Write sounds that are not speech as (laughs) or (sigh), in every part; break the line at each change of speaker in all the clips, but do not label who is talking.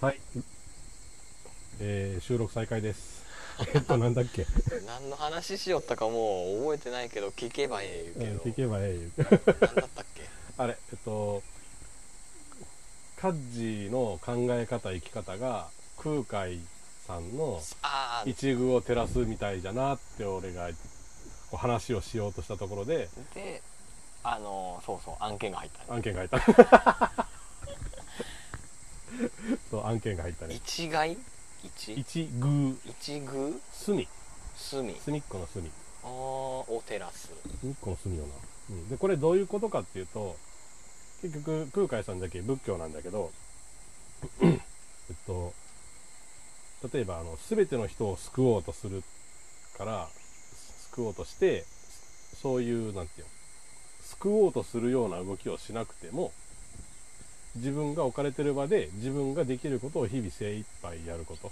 はい。えー、収録再開です。えっ (laughs) と、なんだっけ。
何の話しよったかもう覚えてないけど聞けばええ
うん
言う
聞
け
けばええ言うけど。
ど何だったっけ
あれ、えっと、カッジの考え方、生き方が、空海さんの
ああ
一遇を照らすみたいじゃなって、俺が、こう話をしようとしたところで、
であのそうそう案件が入ったね
案件が入った。 (laughs) そう、案件が入ったね。
一概一
一遇、
一宮
隅。
隅
隅っこの隅。
あーおテラス
隅っこの隅よな、うん、でこれどういうことかっていうと結局空海さんだけ仏教なんだけどえっと例えばあの全ての人を救おうとするから救おうとしてそういうなんていうの救おうとするような動きをしなくても自分が置かれてる場で自分ができることを日々精一杯やること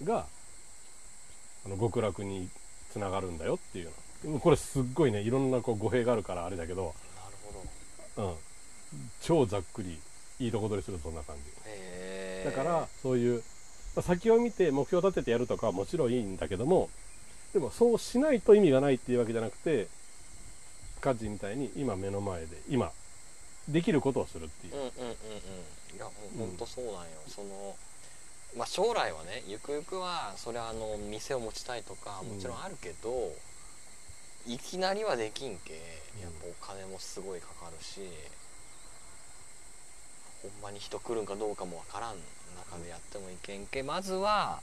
うん
があの極楽につながるんだよっていうのこれすっごいねいろんなこう語弊があるからあれだけど、
なるほど
うん、超ざっくりいいとこ取りするとそんな感じ
へえ
だからそういうまあ先を見て目標を立ててやるとかはもちろんいいんだけどもでもそうしないと意味がないっていうわけじゃなくて家事みたいに今目の前で今できることをするっていう
うんうんうんうんいやもうほんとそうなんよ、そのまあ将来はねゆくゆくはそれはあの店を持ちたいとか
うん
もちろんあるけど、いきなりはできんけやっぱお金もすごいかかるし、ほんまに人来るんかどうかもわからん中でやってもいけんけまずは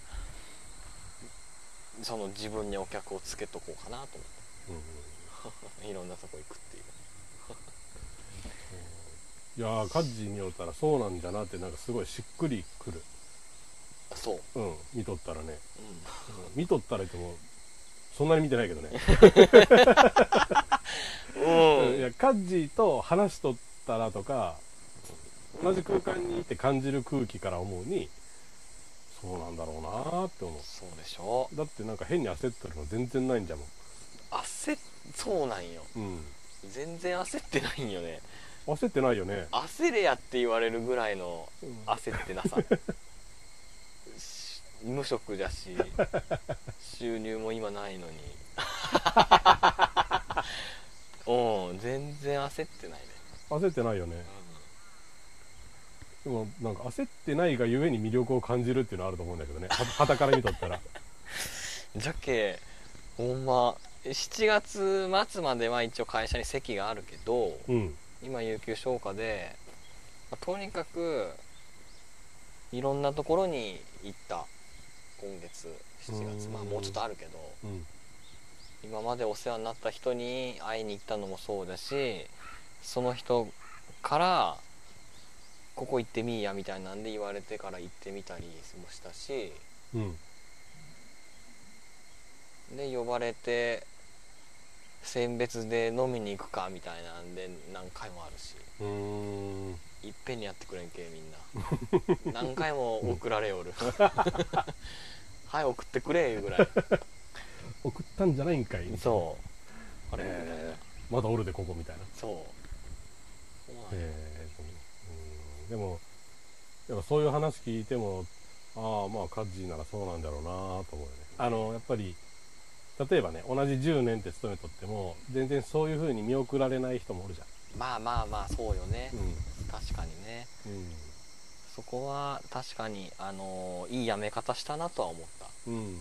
その自分にお客をつけとこうかなと思
うん
っていろんなとこ行くっていう
いやー家事によったらそうなんだなってなんかすごいしっくりくる、
あそう、
うん、見とったらね
うん
見とったら言ってもそんなに見てないけどね、
うん
いやカッジーと話しとったらとか同じ空間にいて感じる空気から思うにそうなんだろうなーって思
そうでしょ
うだってなんか変に焦ってるの全然ないんじゃも
焦っそうなんよ
ん、
全然焦ってないんよね
うん、焦ってないよね、
焦れやって言われるぐらいの
うん
焦ってなさし無職じゃし収入も今ないのにうん全然焦ってないね、
焦ってないよねでもなんか焦ってないがゆえに魅力を感じるっていうのはあると思うんだけどねはたから見とったら
じゃけほんま7月末までは一応会社に席があるけど
うん
今有給消化で、まあとにかくいろんなところに行った今月7月
うん
まあもうちょっとあるけど
うん
今までお世話になった人に会いに行ったのもそうだしその人から「ここ行ってみいや」みたいなんで言われてから行ってみたりもしたし
うん
で呼ばれて選別で飲みに行くかみたいなんで何回もあるし。
うーん
いっぺんにやってくれんけみんな (laughs) 何回も送られよる (laughs) はい送ってくれいうぐらい
送ったんじゃないんかい
そうあれ、
えまだおるでここみたいな
そうそうなんや
えーうんでもやっぱそういう話聞いてもああまあカッジーならそうなんだろうなと思うよねあのやっぱり例えばね同じ10年って勤めとっても全然そういうふうに見送られない人もおるじゃ
まあまあまあそうよね
ん、うん
確かにねそこは確かにあのーいいやめ方したなとは思った
うんうん
ま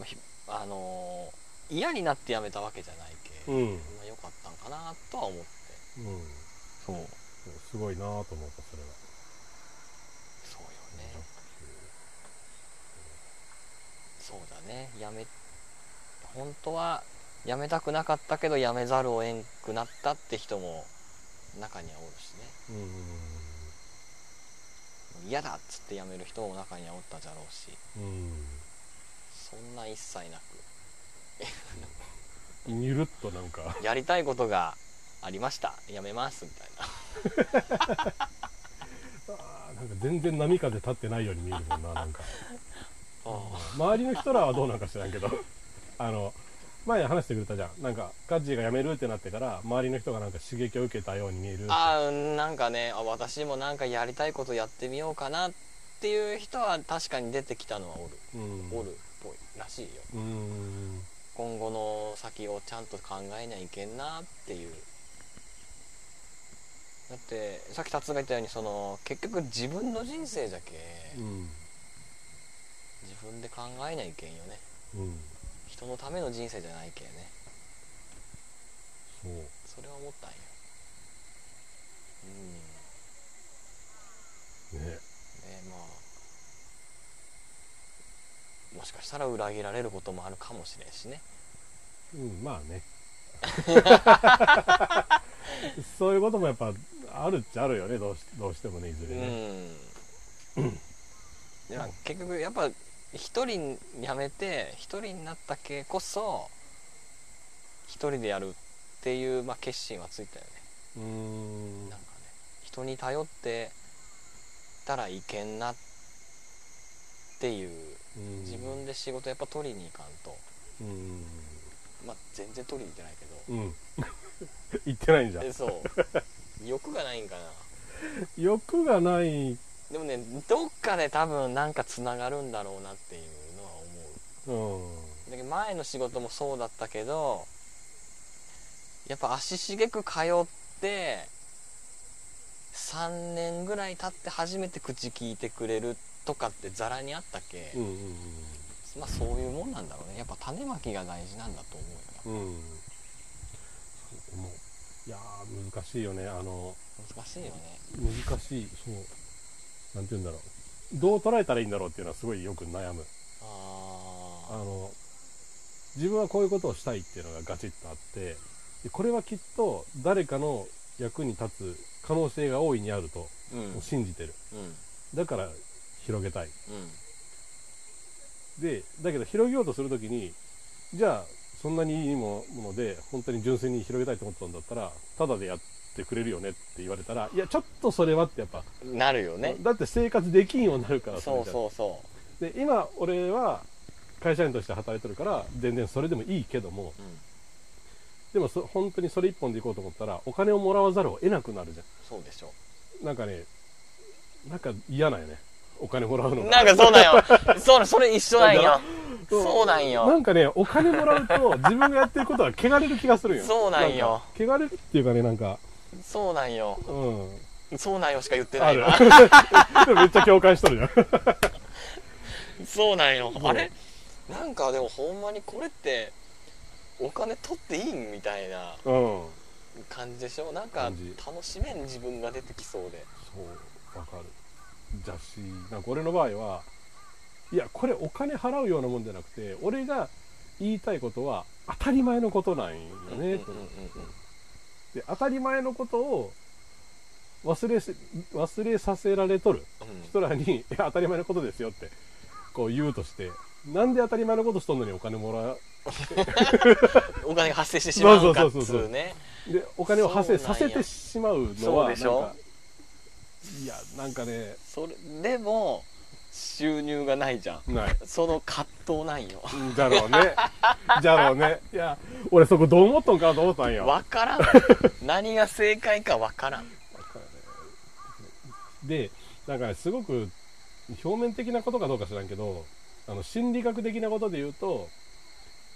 あひあのー嫌になってやめたわけじゃない
う
け、
んうん
まあ、よかったんかなとは思ってそう
すごいなと思ったそれは
そうよねそうだねやめ本当はやめたくなかったけどやめざるをえんくなったって人も中にはおるし
うんうん
ね嫌だっつってやめる人も中にはおったじゃろうしそんな一切な
うんゆるっとなんか
くやりたいことがありましたやめますみたいな
あーなんか全然波風立ってないように見えるもんななんか
あ
周りの人らはどうなんか知らんけどあの前話してくれたじゃんなんかガッジーが辞めるってなってから周りの人がなんか刺激を受けたように見えるって
ああなんかねあ私もなんかやりたいことやってみようかなっていう人は確かに出てきたのはおる、
うん
おるっぽいらしいよ
うーん
今後の先をちゃんと考えないゃいけんなっていうだってさっき達が言ったようにその結局自分の人生じゃけ、
うん
自分で考えないけんよね
うん
人のための人生じゃないけんね
そう
それは思ったんようん
ね
ねまあもしかしたら裏切られることもあるかもしれんしね
うんまあ
(laughs)
ねそういうこともやっぱあるっちゃあるよねどうしどうしてもねいず
う
れ
ん
ね、
いや結局やっぱ一人やめて一人になったけこそ一人でやるっていう、まあ、決心はついたよ
うーん
ねなんかね人に頼ってたらいけんなっていう
うん
自分で仕事やっぱ取りに行かんと
うん
まあ全然取りに行ってないけど
うん (laughs) 言ってないんじゃん
えそう欲がないんかな
欲がない
でもねどっかで多分なんかつながるんだろうなっていうのは思
うん
うだけど前の仕事もそうだったけどやっぱ足しげく通って3年ぐらい経って初めて口聞いてくれるとかってざらにあったけ、
うんうん
まあそういうもんなんだろうねやっぱ種まきが大事なんだと思うよ
うんうんそう思ういやー難しいよねあの
難しいよね
難しいそうなんて言うんだろうどう捉えたらいいんだろうっていうのはすごいよく悩むあ
あ
の自分はこういうことをしたいっていうのがガチッとあってでこれはきっと誰かの役に立つ可能性が大いにあると
ーうんうんうん
信じてるだから広げたいでだけど広げようとするときにじゃあそんなにいいもので本当に純粋に広げたいと思ったんだったらただでやってくれるよねって言われたらいやちょっとそれはってやっぱ、
うんなるよね
だって生活できんようになるから
そう
れじゃ
そうそ
で今俺は会社員として働いてるから全然それでもいいけども
う、うん、
でもそ本当にそれ一本でいこうと思ったらお金をもらわざるを得なくなるじゃ
そうでしょ
んなんかねなんか嫌なんよねお金もらうのが
なんかそうなんよ。そう、それ一緒 (laughs) なんよ。そうなん
な
よ。
んかねお金もらうと自分がやってることは汚れる気がするよ
そうなんよ
か汚れるっていうかねなんか
そうなんよ。
うん
そうなんよしか言ってな
あ
い
る
わ。
でもめっちゃ共感しとる (laughs) じゃん
そうなんよ。
そう
あれなんかでもほんまにこれって、お金取っていいんみたいな
うん
感じでしょなんか
感じ
楽しめん自分が出てきそうで。
そうわかるだしなんか俺の場合はいやこれお金払うようなもんじゃなくて俺が言いたいことは当たり前のことなんよ
うんうんうん
ねとで当たり前のことを忘れせ忘れさせられとる人らに (laughs) いや当たり前のことですよってこう言うとしてなんで当たり前のことしとんのにお金もら
うんお金が発生してしまうかっつ
そうそうそうそうう
ね。
うでお金を発生
そうな
さ
んや
せてしまうのは
そう
なん
でしょ
かいやなんかね
それ、でも、収入がないじゃん。
ない
その葛藤なんよ。
じゃろうね (laughs) じゃろうねいや俺そこどう思っとんかなと思ったんよ
わか
(laughs)
らん。何が正解かわからん。
でなんかねすごく表面的なことかどうか知らんけどあの心理学的なことで言うと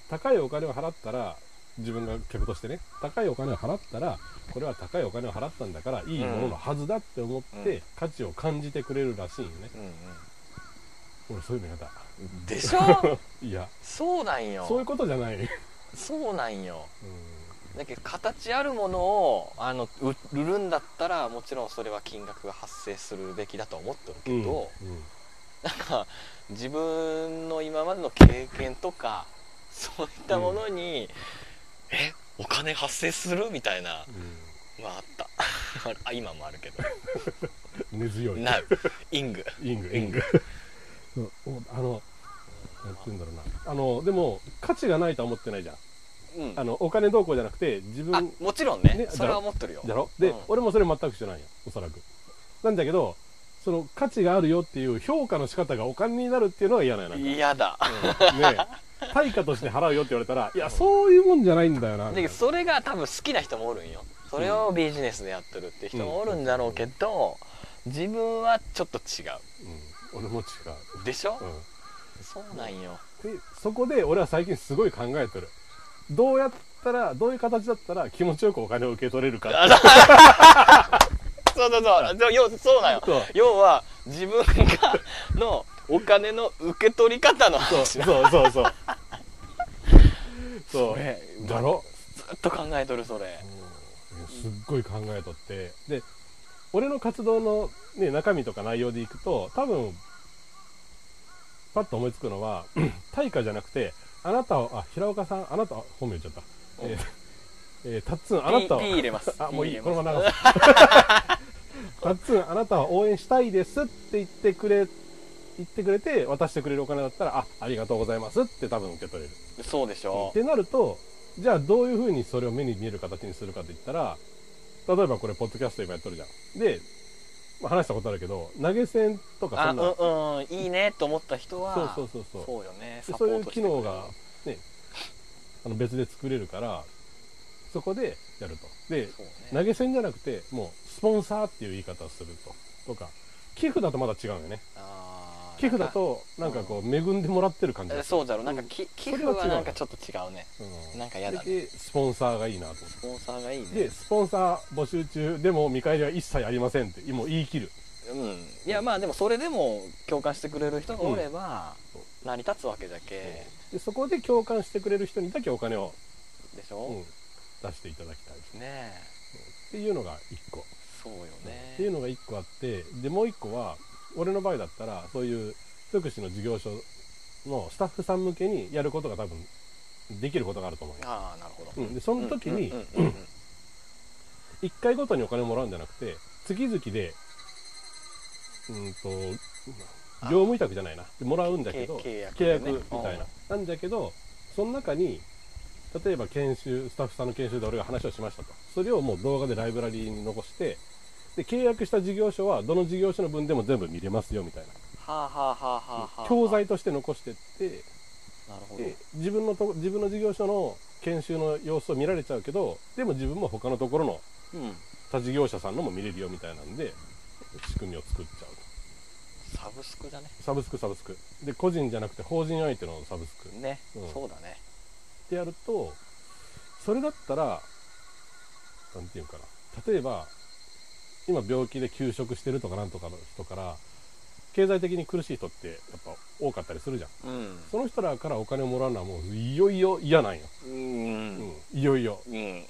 高いお金を払ったら自分が客としてね高いお金を払ったらこれは高いお金を払ったんだからいいもののはずだって思っ
うん
て価値を感じてくれるらしいよね、
うんうん
俺そういうのやだ
でし
(laughs)
ょ
いや
そうなんよ
そういうことじゃない、うん、
そうなんよだけど形あるものをあのう売るんだったらもちろんそれは金額が発生するべきだと思ってるけど、
う
なんか自分の今までの経験とか (laughs) そういったものに、えお金発生するみたいなん
うん
まああった (laughs) あ今もあるけど
うん根強い
なうイング
イング
イング
そうおあのなんて言うんだろうなあのでも価値がないとは思ってないじゃん
うん
あのお金どうこうじゃなくて自分
あもちろんね
ね
それは思ってるよ
じゃろで、
うん
俺もそれ全く一緒なんやおそらくなんだけどその価値があるよっていう評価の仕方がお金になるっていうのが嫌なよなんか
嫌だ
うんねえ対価として払うよって言われたらいやそういうもんじゃないんだよなみたい
で
な
それが多分好きな人もおるんよそれをビジネスでやってるって人もおるんだろうけど自分はちょっと違
うん、俺も違
うでしょ
う、うん、
そうなんよ (laughs)
でそこで俺は最近すごい考えてるどうやったらどういう形だったら気持ちよくお金を受け取れるかって
あらそうそうそうでも要そうなんよ
そう
要は自分がのお金の受け取り方の
そう
話だ
そうそうそうそ
これ
うだろ
ずっと考えとるそれ
すっごい考えとってで俺の活動の、ね、中身とか内容でいくと多分パッと思いつくのは (clears throat) 対価じゃなくてあなたをあ平岡さんあなたあ本名言っちゃった
お
えーえータッツンあ
ピ
なた
ー
を
ピー入れます
あもういい
ピー
こ
入れ
の
ます
まま流す
(laughs)
タッツンあなたを応援したいですって言ってくれ言ってくれて渡してくれるお金だったらあありがとうございますって多分受け取れる
そうでし
っ
ょ
てなるとじゃあどういうふうにそれを目に見える形にするかといったら例えばこれポッドキャスト今やっとるじゃんで、まあ話したことあるけど投げ銭とか
あ
そんな
うんうんいいねと思った人は
そうそうそうそう
そうよね
で
サポ
そうい
ー
う
トし
機
てくれる
能が、ね、あの別で作れるからそこでやるとで
そうね
投げ銭じゃなくてもうスポンサーっていう言い方をするととか寄付だとまだ違うんよね
あー
寄付だとなんかこう恵んでもらってる感じ
な
が
んかえ
する
そうだろうなんかき寄
そ
付
れは
は
違う
なんかちょっと違うね
うん
なんか嫌だね
でスポンサーがいいなと思って
スポンサーがいいね
でスポンサー募集中でも見返りは一切ありませんってもう言い切る
うんいやまあでもそれでも共感してくれる人がおれば
うん
成り立つわけじゃけ
でそこで共感してくれる人にだけお金を、
でし
うん
ょ
出していただきたいですね
ねえ
っていうのが1個、
そうよね
っていうのが1個あってでもう1個は俺の場合だったらそういう福祉の事業所のスタッフさん向けにやることが多分できることがあると思うよ、
ああなるほど
うん、でその時に
うんうんうんうん
1回ごとにお金をもらうんじゃなくて月々でうんと
あ
業務委託じゃないなもらうんだけど
契約
契
で
約
ね
みたいな、なんだけどその中に例えば研修スタッフさんの研修で俺が話をしましたとそれをもう動画でライブラリーに残してで契約した事業所はどの事業所の分でも全部見れますよみたい
はあはあはあはあは
な
あ
教材として残してって
なるほど
で自分のと自分の事業所の研修の様子を見られちゃうけどでも自分も他のところの
うん
他事業者さんのも見れるよみたいなんで仕組みを作っちゃうと
サブスクだね
サブスクサブスクで個人じゃなくて法人相手のサブスク
ね
うん
そうだね
ってやるとそれだったらなんていうかな例えば今病気で休職してるとかなんとかの人から経済的に苦しい人ってやっぱ多かったりするじゃん
うん
その人らからお金をもらうのはもういよいよ嫌なんよ、
うん
うん、いよいよ
うん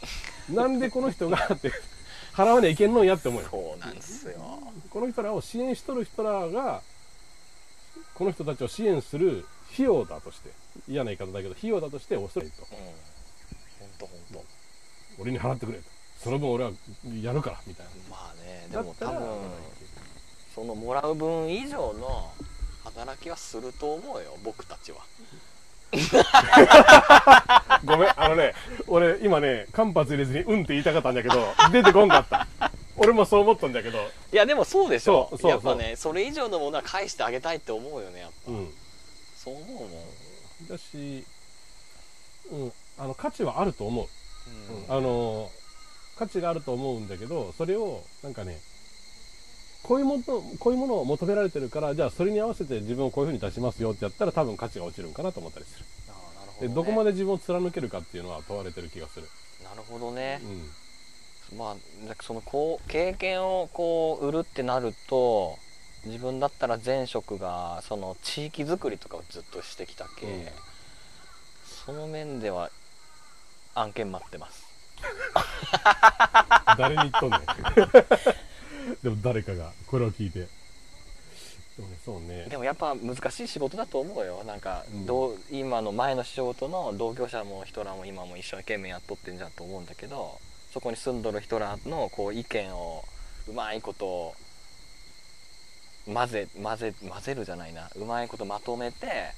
なんでこの人がって払わねえいけんのんやって思うよ
そうなんですよ
この人らを支援しとる人らがこの人たちを支援する費用だとして嫌な言い方だけど費用だとしておそらいと
うんほんとほんと
俺に払ってくれとその分俺はやるからみたいな
まあねで
だ
も
った
多
ら
分そのもらう分以上の働きはすると思うよ僕たちは
ごめんあのね俺今ね間髪入れずに「うん」って言いたかったんだけど出てこんかった俺もそう思ったんだけど
いやでもそうでしょ
そうそう
やっぱねそれ以上のものは返してあげたいって思うよねやっぱ、
うん
そう思うもん、
だし、うん、あの価値はあると思う、
うん
あの価値があると思うんだけどそれをなんかねこういうものこういうものを求められてるからじゃあそれに合わせて自分をこういうふうに出しますよってやったら多分価値が落ちるんかなと思ったりする
あーなるほ
で
ど、ね、
どこまで自分を貫けるかっていうのは問われてる気がする、
なるほどね
う、ん
まあそのこう経験をこう売るってなると自分だったら前職がその地域づくりとかをずっとしてきたけ、
うん
その面では案件待ってます
誰に言っとんねん
(laughs)
でも誰かがこれを聞いてでもねそうね
でもやっぱ難しい仕事だと思うよなんか
うん
どう、今の前の仕事の同業者も人らも今も一生懸命やっとってんじゃんと思うんだけどそこに住んどる人らのこう意見をうまいこと混ぜ混ぜ混ぜるじゃないなうまいことまとめて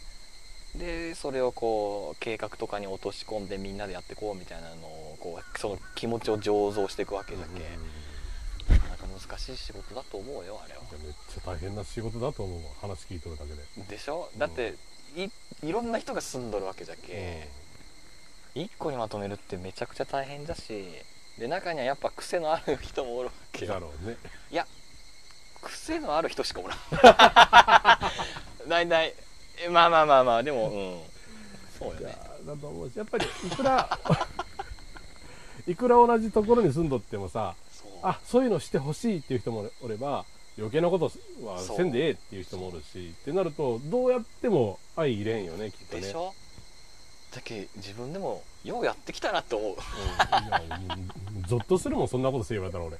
でそれをこう計画とかに落とし込んでみんなでやってこうみたいなのをこうその気持ちを醸造していくわけだ
うん
け、なんか難しい仕事だと思うよあれは
やめっちゃ大変な仕事だと思うわ話聞いとるだけで、
でしょだっていいろんな人が住んどるわけじゃけ、一個にまとめるってめちゃくちゃ大変だしで中にはやっぱ癖のある人もおるわ
う
け
ん、だろうね
いや癖のある人しかおらん
(laughs)
大体えまあまあまあまあでもうんそうよね
だと思うしやっぱりいくら (laughs) いくら同じところに住んどってもさ
そう
あそういうのしてほしいっていう人もおれば余計なことは
そう
せんでええっていう人もおるしってなるとどうやっても相入れんよねきっとね
でしょだけ自分でもようやってきたなって思う
うんいやうんゾッとするもんそんなことせ言われたら俺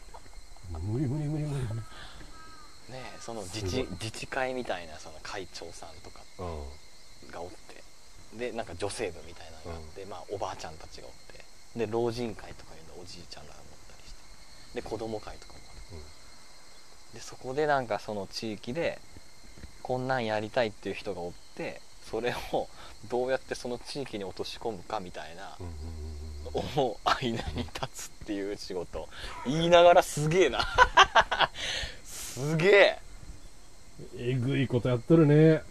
無理無理無理無理無理
ねえその自
すご
治
い
自治会みたいなその会長さんとか
うんうん
がおってでなんか女性部みたいなのがあって、まあ、おばあちゃんたちがおってで老人会とかいうのおじいちゃんらがおったりしてで子供会とかもあるでそこでなんかその地域でこんなんやりたいっていう人がおってそれを (laughs) どうやってその地域に落とし込むかみたいな
うんうん
思う間に立つっていう仕事言いながらすげえな (laughs) すげえ
えぐいことやっとるね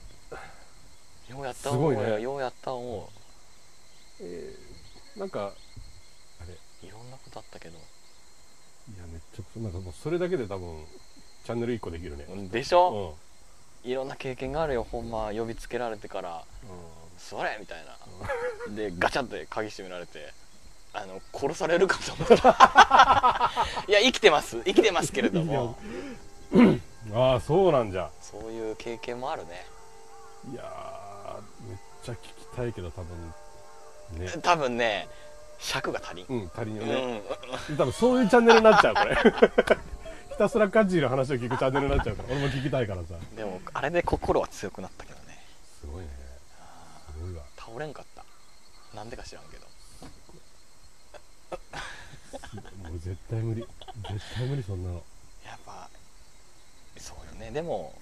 ようやった
す
思
ご
う
いね
よ、ようやった思
えーなんかあれ
ういろんなことあったけ
い
ど
やめっちゃなんかもうそれだけで多分チャンネル1個できるね
でしょ、
うんうん
いろんな経験があるよほんま呼びつけられてから「座れ!」みたいなでガチャって鍵閉められてあの殺されるかと思ったいや生きてます生きてますけれども
(clears throat) ああそうなんじゃ
そういう経験もあるね
いやーめっちゃ聞きたいけど多分ね
多分ね尺が足りん、
うん足りんよ
う
ね、
ん、
多分そういうチャンネルになっちゃうこれ (laughs) ひたすらカジーの話を聞くチャンネルになっちゃうから俺も聞きたいからさ
でもあれで心は強くなったけどね
すごいね
あ
すごいわ
ー倒れんかったなんでか知らんけど
もう絶対無理絶対無理そんなの
やっぱそうよねでも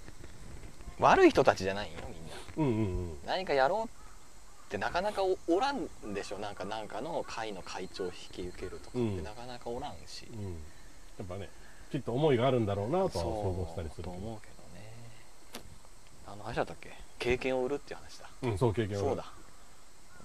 悪い人たちじゃないよみんな
うんうんうん
何かやろうってなかなかおおらんでしょなんかなんかの会の会長を引き受けるとかって
うん
なかなかおらんし、
うんやっぱねきっと思いがあるんだろうなとは想像したりするけど
と思うけどねあの話だったっけ経験を売るっていう話だ
うんそう経験は
そうだ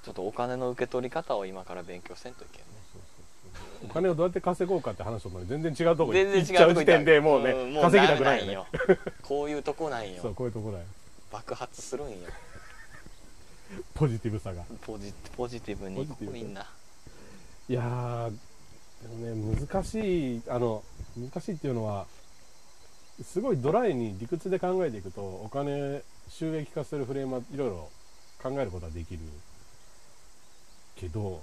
ちょっとお金の受け取り方を今から勉強せんといけんね
そうそうそうお金をどうやって稼ごうかって話とのに全然違うとこ行
全
っ
然違う
ちゃう
とこ行
時
った
点でもうね、
んも
稼ぎたくないよね
ならないよこういうとこなん
そう
よ
こういうとこだよ
爆発するんよ
ポジティブさが
ポジポジティブに
ポジティブ
みんない
やーでもね難しいあの難しいっていうのはすごいドライに理屈で考えていくとお金収益化するフレームはいろいろ考えることはできるけどこ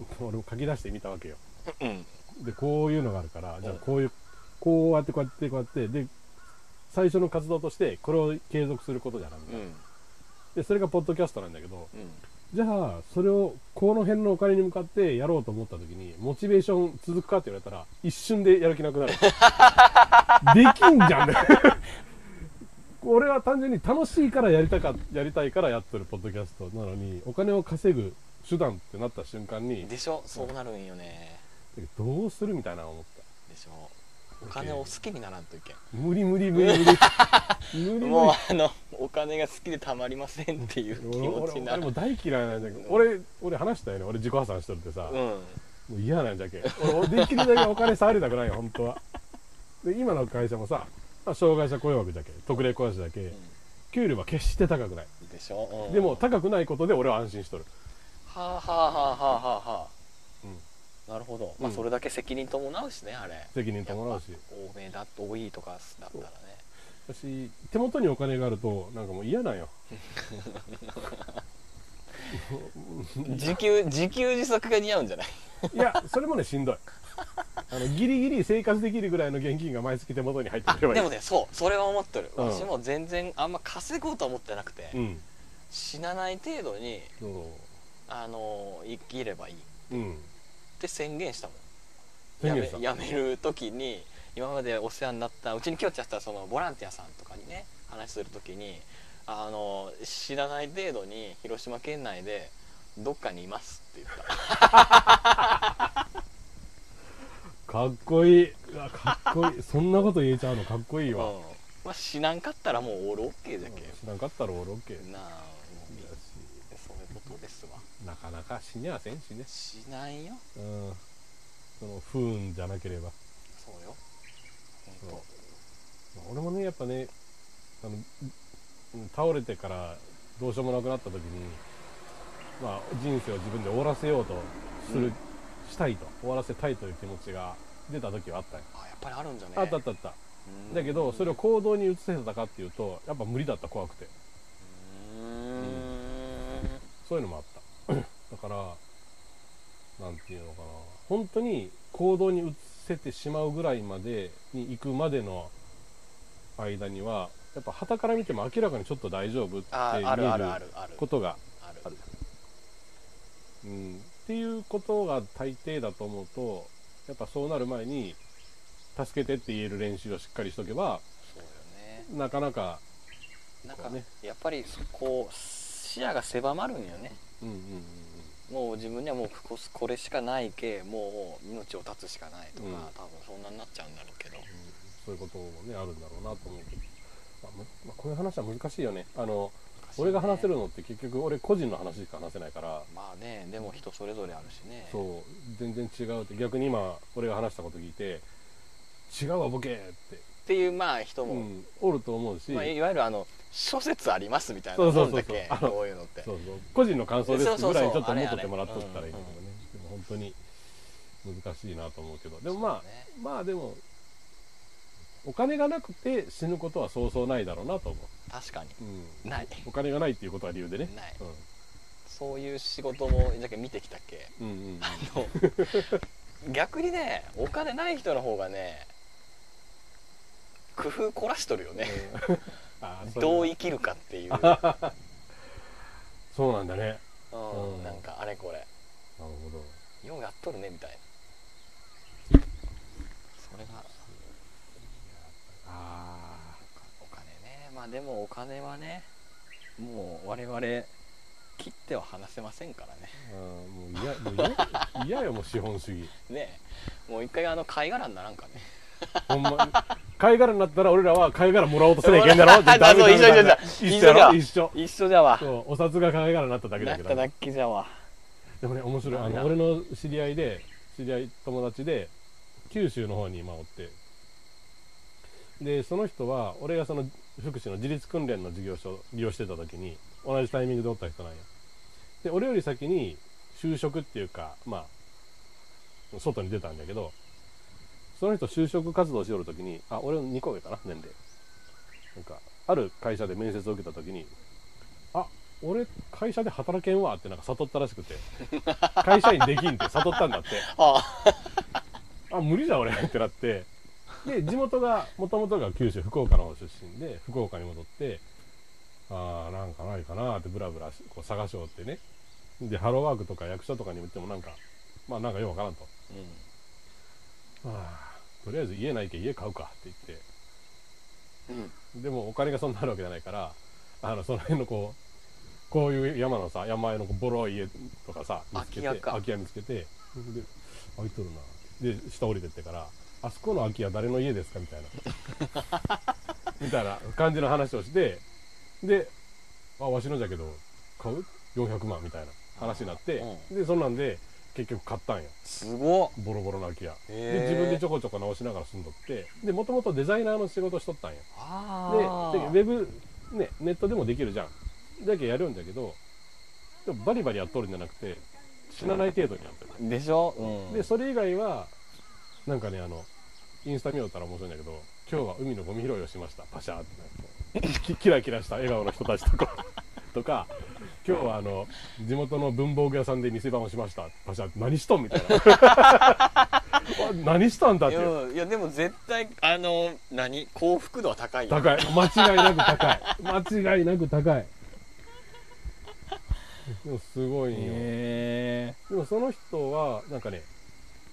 う俺も書き出してみたわけよ
うん
でこういうのがあるからじゃあ
うん
こういうこうやってこうやってこうやってで最初の活動としてこれを継続することじゃなく
うん
て、でそれがポッドキャストなんだけど
うん
じゃあそれをこの辺のお金に向かってやろうと思った時にモチベーション続くかって言われたら一瞬でやる気なく
(laughs)
なるできんじゃんね俺は単純に楽しいからやりたかやりたいからやってるポッドキャストなのにお金を稼ぐ手段ってなった瞬間に
でしょそうなるんよね
どうするみたいな思った
でしょお金を好きにならんといけん
無理無理無理無理無理無理
もうあのお金が好きでたまりませんっていう気
俺
持ち
俺
にな
俺
る
も大嫌いなんだけど俺俺話したよね俺自己破産しとるってさ、
う
も
ん
う嫌なんじゃけ俺俺できるだけお金触りたくないよ本当はで今の会社もさ、まあ、障害者雇用枠じゃけ特例雇用者だけ給料は決して高くない
でしょ、うん
でも高くないことで俺は安心しとる
はあはあはあはあはあはあなるほど、まあ
うん
それだけ責任伴うしねあれ
責任伴うし
やっぱ多めだ多いとかだったらね
私手元にお金があるとなんかもう嫌
(laughs)
なんよ
自給自給自足が似合うんじゃない
いやそれもねしんどいあのギリギリ生活できるぐらいの現金が毎月手元に入ってくればいい
でもねそうそれは思ってる、
うん
私も全然あんま稼ごうとは思ってなくて、
うん
死なない程度に
そう
あの生きればいいっ
うん
て宣言したもん
宣言した
やめやめる時に今までお世話になったうちに今日ちゃったそのボランティアさんとかにね話する時にあの知らない程度に広島県内でどっかにいますって言った
かかっこいいうわかっこいいそんなこと言えちゃうのかっこいいわ、
うんまあ死なんかったらもうオールオッケーじゃけ、
知らんかったら俺 OK だし
なあもうみんなそういうことですわ
なかなか死にはせんしね
しないよ
うんその不運じゃなければ
そうよ
そう
本
まあ俺もねやっぱねあのうん倒れてからどうしようもなくなった時に、まあ、人生を自分で終わらせようとする、
うん
したいと終わらせたいという気持ちが出た時はあったんよ
当あやっぱりあるんじゃね
あったあったあった
うん
だけどそれを行動に移せたかっていうとやっぱ無理だった怖くて
うーん
そういうのもあった (clears throat) だからなんていうのかな本当に行動に移せてしまうぐらいまでに行くまでの間にはやっぱ旗から見ても明らかにちょっと大丈夫って
あ
見
あるあ
え
るあ
る
るある
ことが、
ある
あるうん、っていうことが大抵だと思うとやっぱそうなる前に助けてって言える練習をしっかりしとけば
そうよね
なかなか
なん
そ
か
うね
やっぱりそこ視野が狭まるんよね
うんうんうんうん
もう自分にはもうここれしかないけもう命を絶つしかないとか、
うん
多分そんなになっちゃうんだろうけど
そういうこともねあるんだろうなと思うけど、まあむまあこういう話は難しいよねあの
昔ね
俺が話せるのって結局俺個人の話しか話せないから
まあねでも人それぞれあるしね
そう全然違うって逆に今俺が話したこと聞いて違うわボケって、
っていうまあ人
う
も、
ん、おると思うし、
まあ、いわゆるあの諸説ありますみたいな
そうそう
も
そ
ん
うそう
だけ
あの
こういうのって
そうそう個人の感想です
そう
ぐ
そうそう
らいちょっと思っとってもらっとっ
あ
たら
れ
いい
あれ
けどね、でも本当に難しいなと思うけどで
で
もまあ、まあでもお金がなくて死ぬことはそうそうないだろうなと思
確かに
う、うん、
ない
お金がないっていうことは理由でね
ない
うん
そういう仕事もだけ見てきたっけ
うんうん
(laughs)
うん、
あの (laughs) 逆にねお金ない人の方がね工夫凝らしとるよね
あーそれ
どう生きるかって
(laughs)
いう、
そうなんだねなる
う
うん
ん、なんかあれこれ
ほど
ようやっとるねみたいなそれが
あ
お金ねまあでもお金はねもう我々切っては話せませんからね (laughs)
あもう嫌も (laughs) う嫌嫌よもう資本主義
ねえもう一回あの貝殻にならんかね
ほんま貝殻になったら俺らは貝殻もらおうとせなきゃいけん
(laughs)
だろ
そう一緒
だ
一緒
一緒やろ
一
一緒
一緒じゃわ
そうお札が貝殻になっただけ
な
だ
っ
けど
ただけじゃわ
でもね面白いあ
な
の
んだ
俺の知り合いで知り合い友達で九州の方に今おってでその人は俺がその福祉の自立訓練の事業所を利用してた時に同じタイミングでおった人なんやで俺より先に就職っていうかまあ外に出たんだけどその人就職活動しよる時にあ俺の2個上かな年齢なんかある会社で面接を受けた時にあ俺会社で働けんわってなんか悟ったらしくて会社員できんって悟ったんだって
あ
(laughs) あ無理だ俺ってなってで地元がもともとが九州福岡の方出身で福岡に戻ってああなんかないかなってブラブラしこう探しようってねでハローワークとか役所とかにも行ってもなんかまあなんかようわからんとあーとりあえず家ないけ家買うかって言って
うん、うん、
でもお金がそんなあるわけじゃないからあのその辺のこうこういう山のさ山あいのこうボロい家とかさ見つけて
空き家か
空き家見つけてで開いとるなで下降りてってから「あそこの空き家誰の家ですか?」みたい
(laughs)
なみたいな感じの話をしてで「あわしのじゃけど買う ?400 万」みたいな話になって、でそんなんで結局買ったんや
すごっ
ボロボロの空き家
へ
で
え
自分でちょこちょこ直しながら住んどってでもともとデザイナーの仕事しとったんや
あ
ででウェブ、ね、ネットでもできるじゃんだけやるんだけどでもバリバリやっとるんじゃなくて死なない程度にやってる、
ででしょ、うん、
でそれ以外はなんかねあのインスタ見よったら面白いんだけど今日は海のゴミ拾いをしましたパシャーってなって (laughs) きキラキラした笑顔の人たちとか (laughs) とか今日はあの地元の文房具屋さんで店番をしましたパシャーって何しとんみたい
(laughs)
なお何したんだっ
い
て
やいやでも絶対あの何幸福度は高いよ
高い間違いなく高い間違いなく高いでもすごいよ、
へ
でもその人はなんかね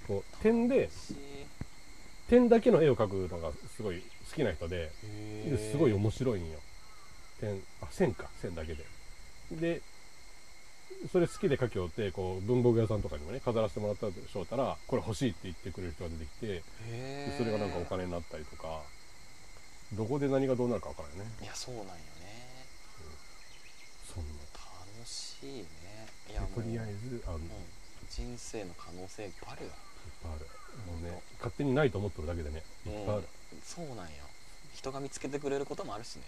こう点で
え
点だけの絵を描くのがすごい好きな人でですごい面白いんよ点あ線か線だけででそれ好きで書きおってこう文房具屋さんとかにもね飾らせてもらったとしょうたらこれ欲しいって言ってくれる人が出てきてで
へえ
それがなんかお金になったりとかどこで何がどうなるかわからないね
いやそうなんよね
そんな
楽しいねいや
で
も
と
う
りあえずあのいっ
もう人生の可能性バレるわ
ぱいあるもうね勝手にないと思ってるだけでねいっぱいある、
そうなんよ人が見つけてくれることもあるしね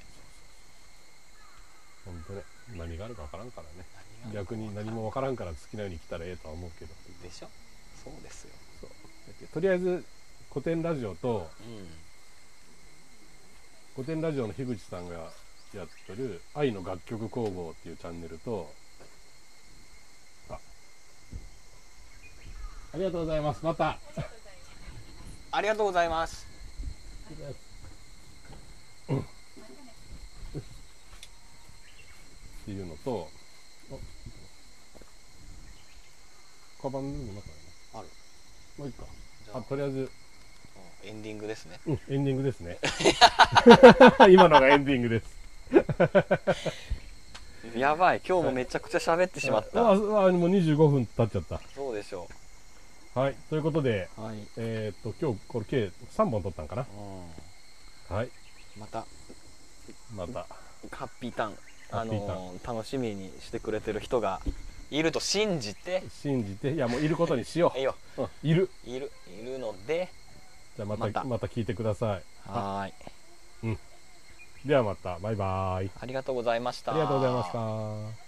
本当ね何があるかわからんからね
何があるか
逆に何もわからんから好きなように来たらええとは思うけど
でしょそうですよ
とりあえず古典ラジオと
う
古典ラジオの樋口さんがやってる「愛の楽曲工房」っていうチャンネルとあありがとうございますまた
んありがとうございます
っていうのとあカバンの中に
ある
もういいか
じゃあ
あとりあえず、
うんエンディングですね
うん、エンディングですね (laughs) 今のがエンディングです
やばい今日もめちゃくちゃ喋ってしまっ
ああ
た
あもう25分経っちゃっ
そうでしょ
たはいということで
うはい
えー、っと今日これ計3本撮ったんかなはい
また
また
ハッピーターン
ハ
あ
ッピーターン
のー楽しみにしてくれてる人がいると信じて
信じていやもういることにしよ
いいよ
う、うん、いる
いるいるので
じゃあまたま
ま
た
た
聞いてくださ
はーい
いではまたバイバイ
ありがとうございました
ありがとうございました